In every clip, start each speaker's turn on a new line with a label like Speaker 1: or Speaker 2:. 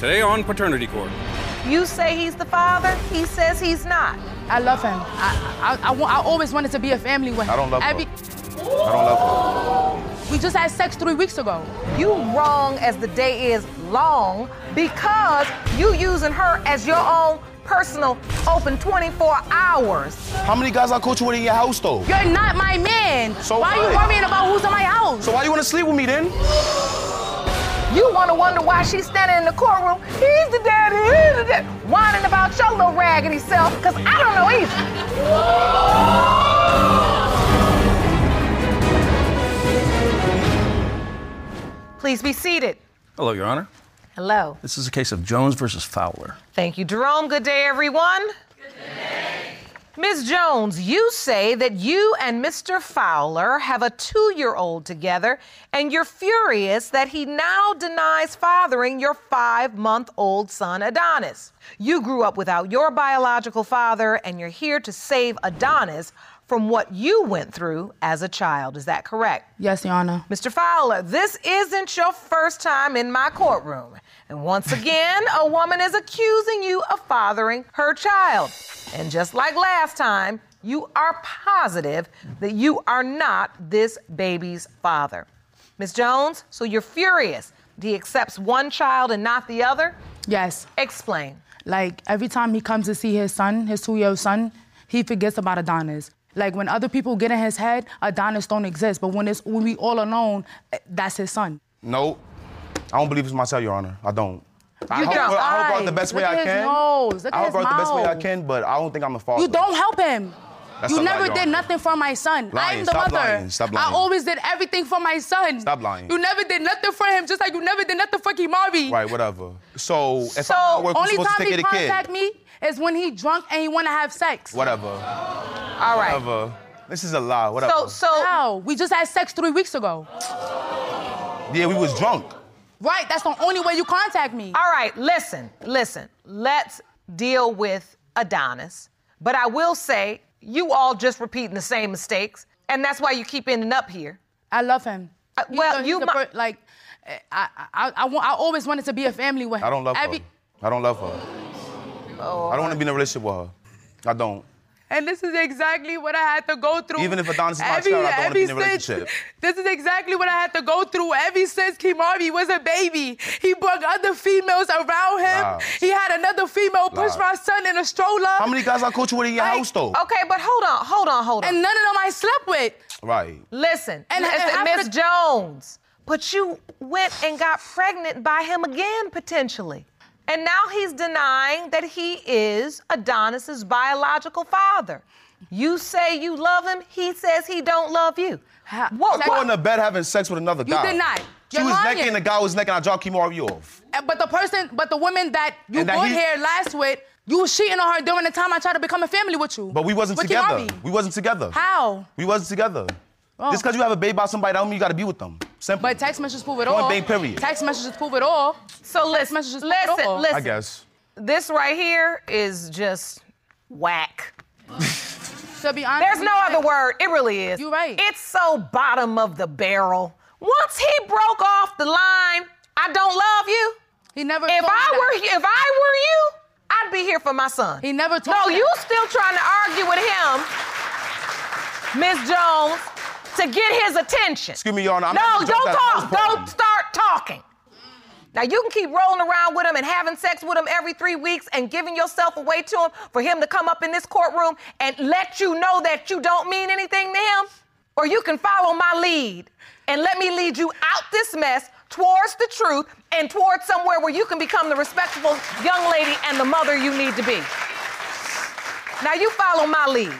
Speaker 1: Today on Paternity Court.
Speaker 2: You say he's the father, he says he's not.
Speaker 3: I love him. I, I, I, want, I always wanted to be a family with him.
Speaker 4: I don't love
Speaker 3: Every,
Speaker 4: her. I don't love her.
Speaker 3: We just had sex three weeks ago.
Speaker 2: You wrong as the day is long because you using her as your own personal open 24 hours.
Speaker 4: How many guys I coach you with in your house though?
Speaker 3: You're not my man.
Speaker 4: So
Speaker 3: Why are you
Speaker 4: what?
Speaker 3: worrying about who's in my house?
Speaker 4: So why you wanna sleep with me then?
Speaker 2: You wanna wonder why she's standing in the courtroom, he's the daddy, he's the daddy, whining about your little raggedy self, because I don't know either. Please be seated.
Speaker 1: Hello, Your Honor.
Speaker 2: Hello.
Speaker 1: This is a case of Jones versus Fowler.
Speaker 2: Thank you, Jerome. Good day, everyone. Good day. Ms. Jones, you say that you and Mr. Fowler have a two year old together, and you're furious that he now denies fathering your five month old son, Adonis. You grew up without your biological father, and you're here to save Adonis from what you went through as a child. Is that correct?
Speaker 3: Yes, Your Honor.
Speaker 2: Mr. Fowler, this isn't your first time in my courtroom. And once again, a woman is accusing you of fathering her child. And just like last time, you are positive that you are not this baby's father. Ms. Jones, so you're furious that he accepts one child and not the other?
Speaker 3: Yes.
Speaker 2: Explain.
Speaker 3: Like every time he comes to see his son, his two-year-old son, he forgets about Adonis. Like when other people get in his head, Adonis don't exist. But when it's when we all alone, eh, that's his son.
Speaker 4: No. I don't believe it's myself, Your Honor. I don't. I
Speaker 3: You
Speaker 4: hope,
Speaker 3: got
Speaker 4: I hope out the
Speaker 3: eyes.
Speaker 4: best
Speaker 3: Look
Speaker 4: way
Speaker 3: at
Speaker 4: I
Speaker 3: his
Speaker 4: can.
Speaker 3: nose. Look
Speaker 4: I
Speaker 3: at
Speaker 4: hope
Speaker 3: his
Speaker 4: out the best way I
Speaker 3: mouth.
Speaker 4: can, but I don't think I'm a father.
Speaker 3: You don't help him.
Speaker 4: That's
Speaker 3: you
Speaker 4: a lie,
Speaker 3: never
Speaker 4: Your
Speaker 3: did
Speaker 4: Honor.
Speaker 3: nothing for my son. I
Speaker 4: Lying.
Speaker 3: am the
Speaker 4: Stop
Speaker 3: mother.
Speaker 4: lying. Stop lying.
Speaker 3: I always did everything for my son.
Speaker 4: Stop lying.
Speaker 3: You never did nothing for him, just like you never did nothing for Kimari.
Speaker 4: Right, whatever. So if
Speaker 2: So,
Speaker 4: I'm at work, who's
Speaker 3: Only
Speaker 4: supposed to
Speaker 3: time
Speaker 4: take
Speaker 3: he
Speaker 4: care of the
Speaker 3: contact
Speaker 4: kid?
Speaker 3: me is when he drunk and he want to have sex.
Speaker 4: Whatever.
Speaker 2: All right.
Speaker 4: Whatever. This is a lie. Whatever.
Speaker 2: So, so,
Speaker 3: How? We just had sex three weeks ago.
Speaker 4: yeah, we was drunk.
Speaker 3: Right. That's the only way you contact me.
Speaker 2: All right, listen, listen. Let's deal with Adonis. But I will say, you all just repeating the same mistakes, and that's why you keep ending up here.
Speaker 3: I love him.
Speaker 2: Uh, well,
Speaker 3: he's
Speaker 2: you
Speaker 3: the
Speaker 2: mi-
Speaker 3: fir- like. eh, I, I, I, want, I always wanted to be a family with him.
Speaker 4: I don't love
Speaker 3: Every-
Speaker 4: her. I don't love her.
Speaker 3: Oh.
Speaker 4: I don't want to be in a relationship with her. I don't.
Speaker 3: And this is exactly what I had to go through.
Speaker 4: Even if Adonis is my child, I don't wanna be in a relationship.
Speaker 3: This is exactly what I had to go through ever since Kimari was a baby. He brought other females around him.
Speaker 4: Lies.
Speaker 3: He had another female push
Speaker 4: Lies.
Speaker 3: my son in a stroller.
Speaker 4: How many guys I coach you with in your
Speaker 3: Like,
Speaker 4: house though?
Speaker 2: Okay, but hold on, hold on, hold on.
Speaker 3: And none of them I slept with.
Speaker 4: Right.
Speaker 2: listen,
Speaker 3: and-
Speaker 2: listen,
Speaker 3: and
Speaker 2: Miss
Speaker 3: after-
Speaker 2: Jones, but you went and got pregnant by him again, potentially. And now he's denying that he is Adonis's biological father. You say you love him, he says he don't love you.
Speaker 3: Ha-
Speaker 2: What-
Speaker 3: Second-
Speaker 4: Go in the bed having sex with another
Speaker 3: You
Speaker 4: guy.
Speaker 3: did not.
Speaker 4: She
Speaker 3: You're
Speaker 4: was
Speaker 3: lying.
Speaker 4: necking, the guy was necking. I dropped Kimari off.
Speaker 3: And- But the person, but the woman that you
Speaker 4: And that
Speaker 3: brought
Speaker 4: he-
Speaker 3: here last with, you was cheating on her during the time I tried to become a family with you.
Speaker 4: But we wasn't
Speaker 3: With
Speaker 4: together.
Speaker 3: Kimari.
Speaker 4: We wasn't together.
Speaker 3: How?
Speaker 4: We wasn't together.
Speaker 3: Oh.
Speaker 4: Just because you have a baby by somebody, don't mean you got to be with them. Simple.
Speaker 3: But text messages prove it
Speaker 4: Point
Speaker 3: all.
Speaker 4: blank, period.
Speaker 3: Text messages prove it all.
Speaker 2: So
Speaker 3: Text
Speaker 2: listen,
Speaker 3: messages prove it all.
Speaker 2: listen, listen.
Speaker 4: I guess.
Speaker 2: This right here is just whack.
Speaker 3: To be honest,
Speaker 2: There's
Speaker 3: with
Speaker 2: no
Speaker 3: you,
Speaker 2: other word. It really is.
Speaker 3: You right.
Speaker 2: It's so bottom of the barrel. Once he broke off the line, I don't love you.
Speaker 3: He never.
Speaker 2: If
Speaker 3: told me
Speaker 2: I
Speaker 3: that.
Speaker 2: were if I were you, I'd be here for my son.
Speaker 3: He never told
Speaker 2: No,
Speaker 3: me that.
Speaker 2: you still trying to argue with him, Miss Jones, to get his attention.
Speaker 4: Excuse me, Your Honor. I'm
Speaker 2: no,
Speaker 4: not
Speaker 2: don't
Speaker 4: the judge at the
Speaker 2: talk.
Speaker 4: house party.
Speaker 2: Don't start talking. Now you can keep rolling around with him and having sex with him every three weeks and giving yourself away to him for him to come up in this courtroom and let you know that you don't mean anything to him, or you can follow my lead and let me lead you out this mess towards the truth and towards somewhere where you can become the respectable young lady and the mother you need to be. Now you follow my lead.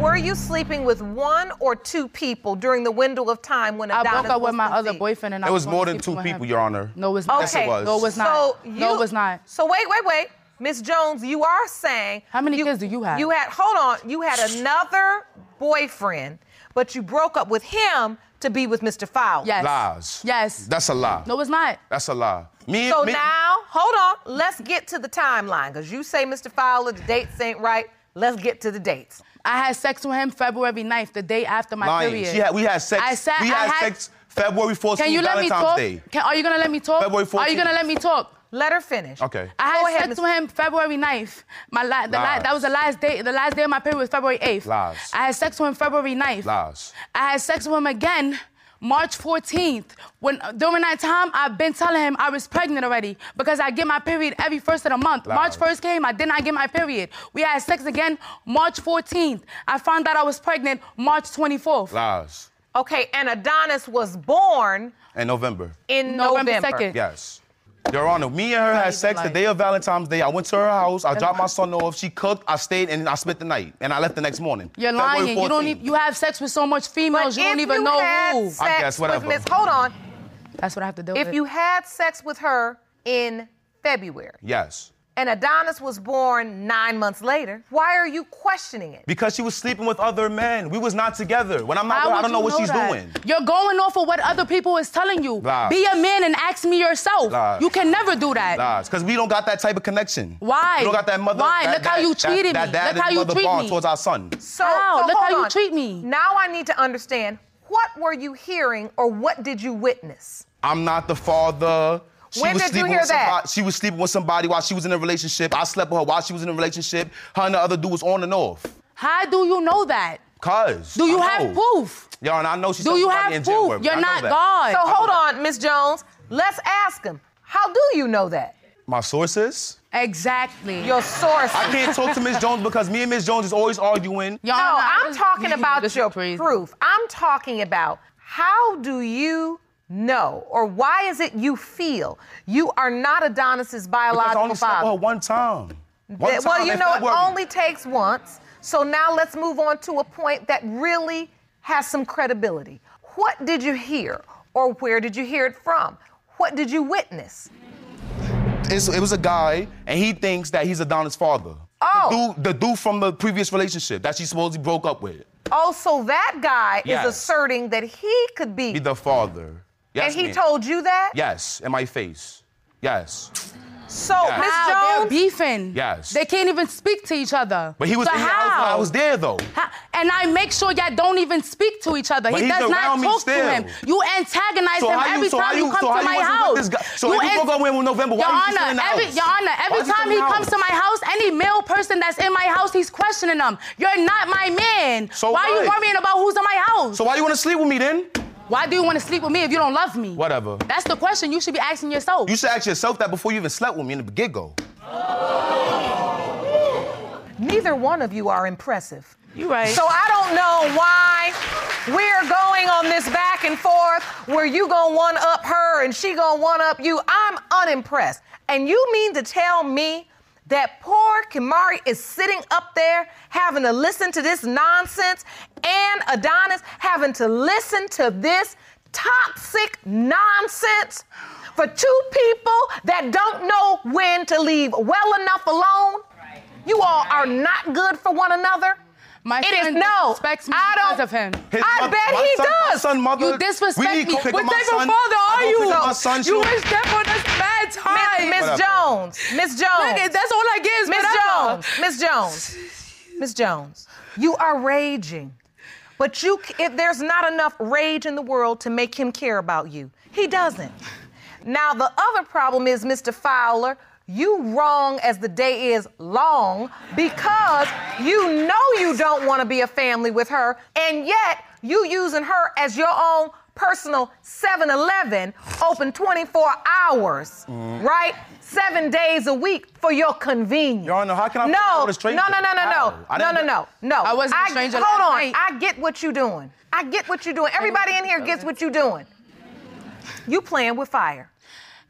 Speaker 2: Were you sleeping with one or two people during the window of time when
Speaker 3: I
Speaker 2: Adonis
Speaker 3: broke up with
Speaker 2: was
Speaker 3: my other
Speaker 2: conceived?
Speaker 3: boyfriend, and I
Speaker 4: It was
Speaker 3: going to
Speaker 4: more than
Speaker 3: sleep
Speaker 4: two
Speaker 3: with him.
Speaker 4: people, Your Honor.
Speaker 3: No, it was
Speaker 2: Okay.
Speaker 3: not.
Speaker 4: Yes, it was.
Speaker 3: No, it was not.
Speaker 2: So
Speaker 3: no,
Speaker 2: you-
Speaker 3: it was not.
Speaker 2: So wait, wait, wait. Miss Jones, you are saying
Speaker 3: How many kids do you have?
Speaker 2: You had hold on, you had another boyfriend, but you broke up with him to be with Mr. Fowler.
Speaker 3: Yes.
Speaker 4: Lies.
Speaker 3: Yes.
Speaker 4: Ah. That's a lie.
Speaker 3: no, it's not.
Speaker 4: That's a lie. Me
Speaker 2: So
Speaker 4: me,
Speaker 2: now, hold on, let's get to the timeline. Cause you say Mr. Fowler, the dates ain't right. Let's get to the dates.
Speaker 3: I had sex with him February 9th, the day after my
Speaker 4: lying.
Speaker 3: period.
Speaker 4: She had, we had sex.
Speaker 3: I said
Speaker 4: we
Speaker 3: I
Speaker 4: had,
Speaker 3: had-
Speaker 4: sex February 14th,
Speaker 3: Can you let me
Speaker 4: Valentine's
Speaker 3: talk?
Speaker 4: Day.
Speaker 3: Can, are you gonna let me talk?
Speaker 4: February
Speaker 3: Are you
Speaker 4: 14th.
Speaker 3: gonna let me talk?
Speaker 2: Let her finish.
Speaker 4: Okay.
Speaker 3: I had
Speaker 2: Go ahead,
Speaker 3: sex
Speaker 2: Miss-
Speaker 3: with him February 9th. My la- the la-
Speaker 4: Lies.
Speaker 3: that was the last day. The last day of my period was February 8th.
Speaker 4: Lies.
Speaker 3: I had sex with him February 9th.
Speaker 4: Lies.
Speaker 3: I had sex with him again March 14th. When during that time, I've been telling him I was pregnant already because I get my period every first of the month. March
Speaker 4: Lies.
Speaker 3: 1st came, I did not get my period. We had sex again March 14th. I found out I was pregnant March 24th.
Speaker 4: Lies.
Speaker 2: Okay, and Adonis was born
Speaker 4: In November.
Speaker 2: in
Speaker 3: November
Speaker 2: November.
Speaker 3: 2nd.
Speaker 4: Yes. Your Honor, me and her had
Speaker 3: even
Speaker 4: sex the
Speaker 3: lying.
Speaker 4: day of Valentine's Day. I went to her house. I dropped my son off. She cooked. I stayed and I spent the night. And I left the next morning.
Speaker 3: You're
Speaker 4: February
Speaker 3: lying. You don't.
Speaker 4: 14th.
Speaker 3: e- You have sex with so much
Speaker 2: But
Speaker 3: females. you don't
Speaker 2: if
Speaker 3: even
Speaker 2: you
Speaker 3: know
Speaker 2: had
Speaker 3: who.
Speaker 2: Sex
Speaker 4: I guess, whatever.
Speaker 2: With Miss, hold on.
Speaker 3: That's what I have to do.
Speaker 2: If
Speaker 3: with.
Speaker 2: you had sex with her in February
Speaker 4: Yes.
Speaker 2: and Adonis was born nine months later, why are you questioning it?
Speaker 4: Because she was sleeping with other men. We was not together. When I'm not,
Speaker 3: How
Speaker 4: with her,
Speaker 3: would
Speaker 4: I don't know
Speaker 3: you
Speaker 4: what she's
Speaker 3: that?
Speaker 4: doing.
Speaker 3: You're going off of what other people is telling you.
Speaker 4: Lies.
Speaker 3: Be a man and ask me yourself.
Speaker 4: Lies.
Speaker 3: You can never do that.
Speaker 4: Lies. Because we don't got that type of connection.
Speaker 3: Why?
Speaker 4: We don't got that mother.
Speaker 3: Why?
Speaker 4: That,
Speaker 3: Look how
Speaker 4: that-
Speaker 3: you
Speaker 4: that-
Speaker 3: treated
Speaker 4: that
Speaker 3: me.
Speaker 4: dad
Speaker 3: Look
Speaker 4: and
Speaker 3: how you
Speaker 4: mother
Speaker 3: treat
Speaker 4: bond
Speaker 3: me.
Speaker 4: towards our son.
Speaker 2: So,
Speaker 3: How?
Speaker 2: so
Speaker 3: Look
Speaker 2: hold
Speaker 3: how you
Speaker 2: on.
Speaker 3: treat me.
Speaker 2: Now I need to understand what were you hearing or what did you witness?
Speaker 4: I'm not the father. She
Speaker 2: When
Speaker 4: was
Speaker 2: did you
Speaker 4: sleeping
Speaker 2: hear
Speaker 4: with somebody-
Speaker 2: that?
Speaker 4: she was sleeping with somebody while she was in a relationship. I slept with her while she was in a relationship. Her and the other dude was on and off.
Speaker 3: How do you know that?
Speaker 4: Cause.
Speaker 3: Do you
Speaker 4: I
Speaker 3: have
Speaker 4: know.
Speaker 3: proof?
Speaker 4: Y'all, and I know she's
Speaker 3: Do you have
Speaker 4: in jail
Speaker 3: proof?
Speaker 4: with.
Speaker 3: You're
Speaker 4: I know
Speaker 3: not
Speaker 4: that.
Speaker 3: God.
Speaker 2: So hold on, Miss Jones. Let's ask him. How do you know that?
Speaker 4: My sources?
Speaker 3: exactly.
Speaker 2: Your source.
Speaker 4: I can't talk to Miss Jones because me and Miss Jones is always arguing.
Speaker 3: Your
Speaker 2: No,
Speaker 3: Honor, I
Speaker 2: I'm
Speaker 3: just-
Speaker 2: talking about
Speaker 3: This is
Speaker 2: your
Speaker 3: crazy.
Speaker 2: proof. I'm talking about how do you know or why is it you feel you are not Adonis's
Speaker 4: Because oh, I
Speaker 2: biological
Speaker 4: only slept with her
Speaker 2: father?
Speaker 4: one time. One
Speaker 2: That-
Speaker 4: time
Speaker 2: well, you
Speaker 4: in
Speaker 2: know, it
Speaker 4: February.
Speaker 2: only takes once. So now let's move on to a point that really has some credibility. What did you hear or where did you hear it from? What did you witness?
Speaker 4: it's, it was a guy, and he thinks that he's Adonis' father.
Speaker 2: Oh.
Speaker 4: The dude, the dude from the previous relationship that she supposedly broke up with.
Speaker 2: Oh, so that guy
Speaker 4: Yes.
Speaker 2: is asserting that he could be.
Speaker 4: Be the father. Yes,
Speaker 2: and he
Speaker 4: ma'am.
Speaker 2: told you that?
Speaker 4: Yes, in my face. Yes.
Speaker 2: So,
Speaker 4: Yes.
Speaker 2: Miss
Speaker 3: Wow,
Speaker 2: Jones,
Speaker 3: they're beefing.
Speaker 4: Yes.
Speaker 3: They can't even speak to each other.
Speaker 4: But he was.
Speaker 3: So
Speaker 4: he- I was-
Speaker 3: how?
Speaker 4: I, was, there though.
Speaker 3: How- And I make sure y'all don't even speak to each other.
Speaker 4: But
Speaker 3: he
Speaker 4: he's
Speaker 3: does not
Speaker 4: around me
Speaker 3: talk
Speaker 4: still.
Speaker 3: to him. You antagonize
Speaker 4: So
Speaker 3: him
Speaker 4: how you-
Speaker 3: every
Speaker 4: so how
Speaker 3: time
Speaker 4: you-
Speaker 3: you come
Speaker 4: so how
Speaker 3: to
Speaker 4: you
Speaker 3: my
Speaker 4: wasn't
Speaker 3: house.
Speaker 4: with this guy? So if you broke up with him in November, why
Speaker 3: Your
Speaker 4: you still
Speaker 3: Honor,
Speaker 4: in the
Speaker 3: every,
Speaker 4: house?
Speaker 3: Your Honor,
Speaker 4: Why
Speaker 3: every
Speaker 4: you still
Speaker 3: time
Speaker 4: in
Speaker 3: he
Speaker 4: the
Speaker 3: comes to
Speaker 4: house?
Speaker 3: my house, any male person that's in my house, he's questioning him. You're not my man.
Speaker 4: So
Speaker 3: why are you
Speaker 4: what?
Speaker 3: worrying about who's in my house?
Speaker 4: So why you want to sleep with me then?
Speaker 3: why do you want to sleep with me if you don't love me?
Speaker 4: Whatever.
Speaker 3: That's the question you should be asking yourself.
Speaker 4: You should ask yourself that before you even slept with me in the get go.
Speaker 2: neither one of you are impressive.
Speaker 5: You right.
Speaker 2: So I don't know why we're going on this back and forth where you gonna one up her and she gonna one up you. I'm unimpressed. And you mean to tell me that poor Kimari is sitting up there having to listen to this nonsense and Adonis having to listen to this toxic nonsense for two people that don't know when to leave well enough alone? You all are not good for one another.
Speaker 3: my
Speaker 2: It
Speaker 3: son
Speaker 2: is no.
Speaker 3: disrespects me
Speaker 2: I
Speaker 3: because
Speaker 2: don't-
Speaker 3: of him.
Speaker 4: His
Speaker 2: I
Speaker 4: moth-
Speaker 2: bet
Speaker 4: my
Speaker 2: he
Speaker 4: son- My
Speaker 2: does.
Speaker 4: son, mother.
Speaker 3: You disrespect
Speaker 4: we need to
Speaker 3: me.
Speaker 4: Go pick
Speaker 3: What
Speaker 4: up my
Speaker 3: type of
Speaker 4: son.
Speaker 3: father
Speaker 4: I
Speaker 3: are
Speaker 4: go
Speaker 3: you?
Speaker 4: Pick up my son,
Speaker 3: you
Speaker 4: Sean.
Speaker 3: wish death on this bad time.
Speaker 2: Miss, Miss
Speaker 4: Whatever.
Speaker 2: Jones, Miss Jones,
Speaker 3: Nigga, that's all I get is
Speaker 2: Miss
Speaker 3: whatever.
Speaker 2: Jones, Miss Jones, Miss Jones. You are raging, but you c- if there's not enough rage in the world to make him care about you. He doesn't. Now the other problem is, Mr. Fowler, you wrong as the day is long because you know you don't want to be a family with her, and yet you using her as your own personal 7-Eleven open 24 hours,
Speaker 4: Mm.
Speaker 2: right? Seven days a week for your convenience.
Speaker 4: Your Honor, how can I put up
Speaker 2: no,
Speaker 4: with a stranger?
Speaker 2: No, no, no,
Speaker 4: How?
Speaker 2: no,
Speaker 4: I
Speaker 2: no, no,
Speaker 4: didn't-
Speaker 2: no, no, no.
Speaker 3: I wasn't a stranger
Speaker 2: Hold
Speaker 3: last
Speaker 2: on,
Speaker 3: night.
Speaker 2: I get what you're doing. I get what you're doing. Everybody in here gets what you're doing. You playing with fire.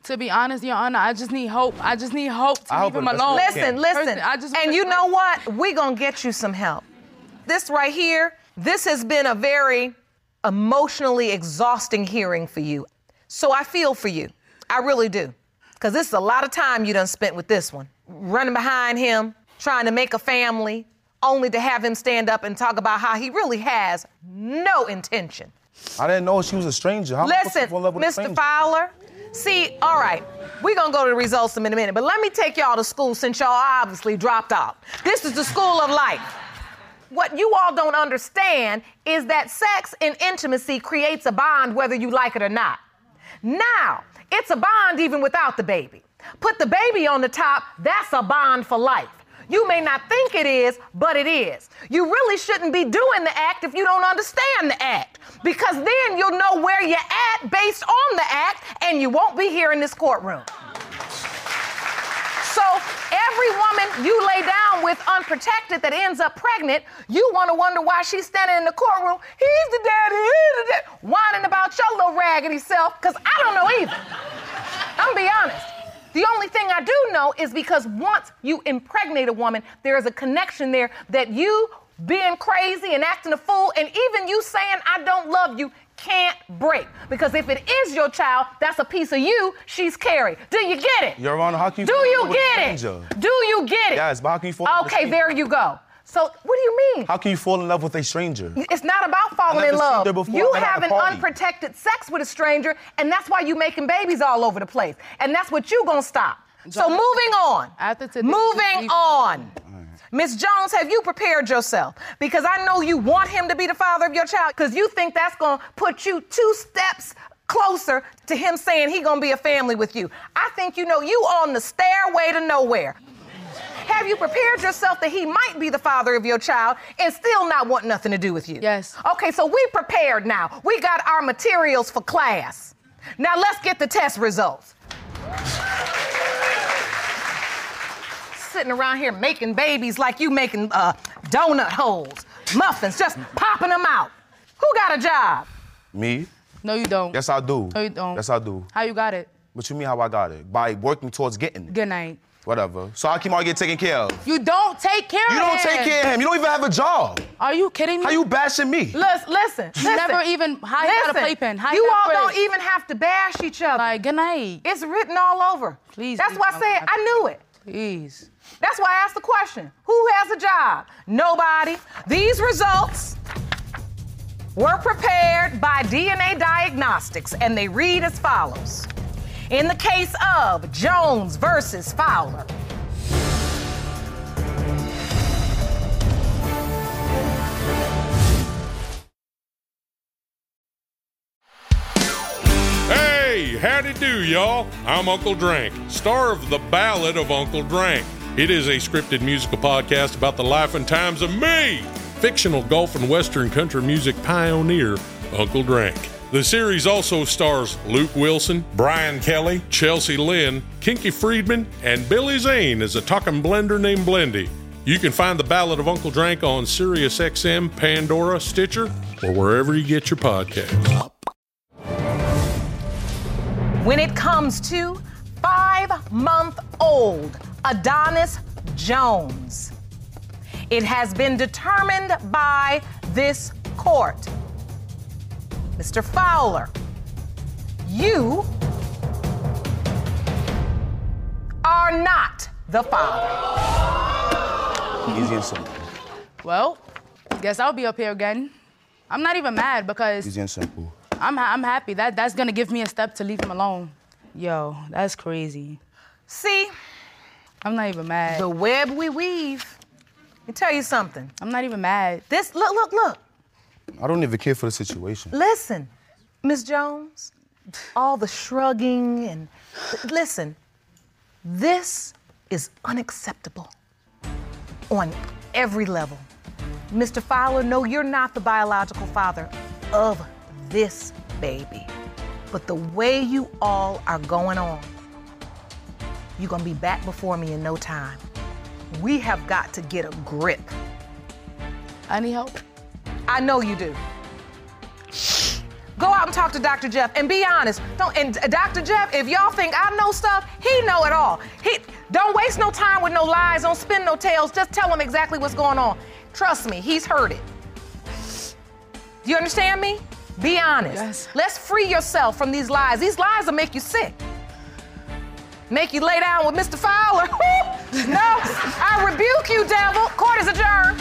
Speaker 3: To be honest, Your Honor, I just need hope. I just need hope to
Speaker 4: I
Speaker 3: leave
Speaker 4: hope
Speaker 3: him
Speaker 4: it doesn't
Speaker 3: alone.
Speaker 4: Okay.
Speaker 2: Listen, listen.
Speaker 3: Oh, Person, I just
Speaker 2: and
Speaker 3: wanna-
Speaker 2: you know what? We're going to get you some help. This right here, this has been a very emotionally exhausting hearing for you. So I feel for you. I really do. Because this is a lot of time you done spent with this one. Running behind him, trying to make a family, only to have him stand up and talk about how he really has no intention.
Speaker 4: I didn't know she was a stranger. How am I
Speaker 2: Listen,
Speaker 4: supposed to fall in love with a
Speaker 2: Mr.
Speaker 4: stranger?
Speaker 2: Fowler. See, all right, we're gonna go to the results in a minute, but let me take y'all to school since y'all obviously dropped out. This is the school of life. What you all don't understand is that sex and intimacy creates a bond whether you like it or not. Now, it's a bond even without the baby. Put the baby on the top, that's a bond for life. You may not think it is, but it is. You really shouldn't be doing the act if you don't understand the act, because then you'll know where you're at based on the act, and you won't be here in this courtroom. So every woman you lay down with unprotected that ends up pregnant, you want to wonder why she's standing in the courtroom. He's the daddy, he's the daddy, whining about your little raggedy self, because I don't know either. I'm gonna be honest. The only thing I do know is because once you impregnate a woman, there is a connection there that you being crazy and acting a fool, and even you saying I don't love you can't break. Because if it is your child, that's a piece of you she's carrying. Do you get it?
Speaker 4: Your Honor, how can you
Speaker 2: Do
Speaker 4: fall in love
Speaker 2: you
Speaker 4: with a
Speaker 2: get
Speaker 4: stranger?
Speaker 2: it? Do you get it?
Speaker 4: Yes, but how can you fall in love with a
Speaker 2: Okay, there
Speaker 4: stranger?
Speaker 2: you go. So what do you mean?
Speaker 4: How can you fall in love with a stranger?
Speaker 2: It's not about
Speaker 4: I've
Speaker 2: falling
Speaker 4: never
Speaker 2: in
Speaker 4: seen
Speaker 2: love.
Speaker 4: her before.
Speaker 2: You
Speaker 4: I've been at a
Speaker 2: having
Speaker 4: party.
Speaker 2: unprotected sex with a stranger, and that's why you making babies all over the place. And that's what you gonna stop. So
Speaker 3: Jones.
Speaker 2: moving on.
Speaker 3: After today,
Speaker 2: moving
Speaker 3: please-
Speaker 2: on. Miss Jones, have you prepared yourself? Because I know you want him to be the father of your child, because you think that's gonna put you two steps closer to him saying he gonna be a family with you. I think you know you on the stairway to nowhere. Have you prepared yourself that he might be the father of your child and still not want nothing to do with you?
Speaker 3: Yes.
Speaker 2: Okay, so we prepared now. We got our materials for class. Now let's get the test results. Sitting around here making babies like you making uh, donut holes, muffins, just popping them out. Who got a job?
Speaker 4: Me?
Speaker 3: No, you don't.
Speaker 4: Yes, I do.
Speaker 3: No, you don't.
Speaker 4: Yes, I do.
Speaker 3: How you got it?
Speaker 4: What you mean how I got it? By working towards getting it.
Speaker 3: Good night.
Speaker 4: Whatever. So how Kimari get taken care of?
Speaker 3: You don't take care
Speaker 4: You
Speaker 3: of
Speaker 4: don't
Speaker 3: him.
Speaker 4: take care of him. You don't even have a job.
Speaker 3: Are you kidding me?
Speaker 4: How you bashing me?
Speaker 2: Listen, listen.
Speaker 3: You never
Speaker 2: listen.
Speaker 3: even- how you got a
Speaker 2: Listen,
Speaker 3: playpen? How you
Speaker 2: you
Speaker 3: got
Speaker 2: all
Speaker 3: braids?
Speaker 2: don't even have to bash each other.
Speaker 3: Like, good night.
Speaker 2: it's written all over.
Speaker 3: Please
Speaker 2: That's
Speaker 3: leave
Speaker 2: why I
Speaker 3: my
Speaker 2: said
Speaker 3: wife.
Speaker 2: I knew it.
Speaker 3: Please.
Speaker 2: That's why I asked the question. Who has a job? Nobody. These results were prepared by DNA Diagnostics, and they read as follows. In the case of Jones versus Fowler,
Speaker 6: Hey, howdy do, y'all. I'm Uncle Drank, star of The Ballad of Uncle Drank. It is a scripted musical podcast about the life and times of me, fictional golf and western country music pioneer, Uncle Drank. The series also stars Luke Wilson, Brian Kelly, Chelsea Lynn, Kinky Friedman, and Billy Zane as a talking blender named Blendy. You can find The Ballad of Uncle Drank on SiriusXM, Pandora, Stitcher, or wherever you get your podcasts.
Speaker 2: when it comes to five month old Adonis Jones. It has been determined by this court. Mr. Fowler, you are not the father.
Speaker 4: Easy and simple.
Speaker 3: Well, guess I'll be up here again. I'm not even mad because
Speaker 4: Easy and simple.
Speaker 3: I'm, ha- I'm happy. That, that's gonna give me a step to leave him alone. Yo, that's crazy.
Speaker 2: See,
Speaker 3: I'm not even mad.
Speaker 2: the web we weave. Let me tell you something.
Speaker 3: I'm not even mad.
Speaker 2: This, look, look, look.
Speaker 4: I don't even care for the situation.
Speaker 2: Listen, Miss Jones, all the shrugging and listen, this is unacceptable on every level. Mr. Fowler, no, you're not the biological father of this baby. But the way you all are going on, you're gonna be back before me in no time. We have got to get a grip.
Speaker 3: I need help.
Speaker 2: I know you do. Go out and talk to Dr. Jeff and be honest. Don't and Dr. Jeff, if y'all think I know stuff, he know it all. He don't waste no time with no lies, don't spin no tales. Just tell him exactly what's going on. Trust me, he's heard it. Do you understand me? Be honest.
Speaker 3: Yes.
Speaker 2: Let's free yourself from these lies. These lies will make you sick. Make you lay down with Mr. Fowler. no, I rebuke you, devil. Court is adjourned.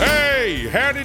Speaker 6: Hey, howdy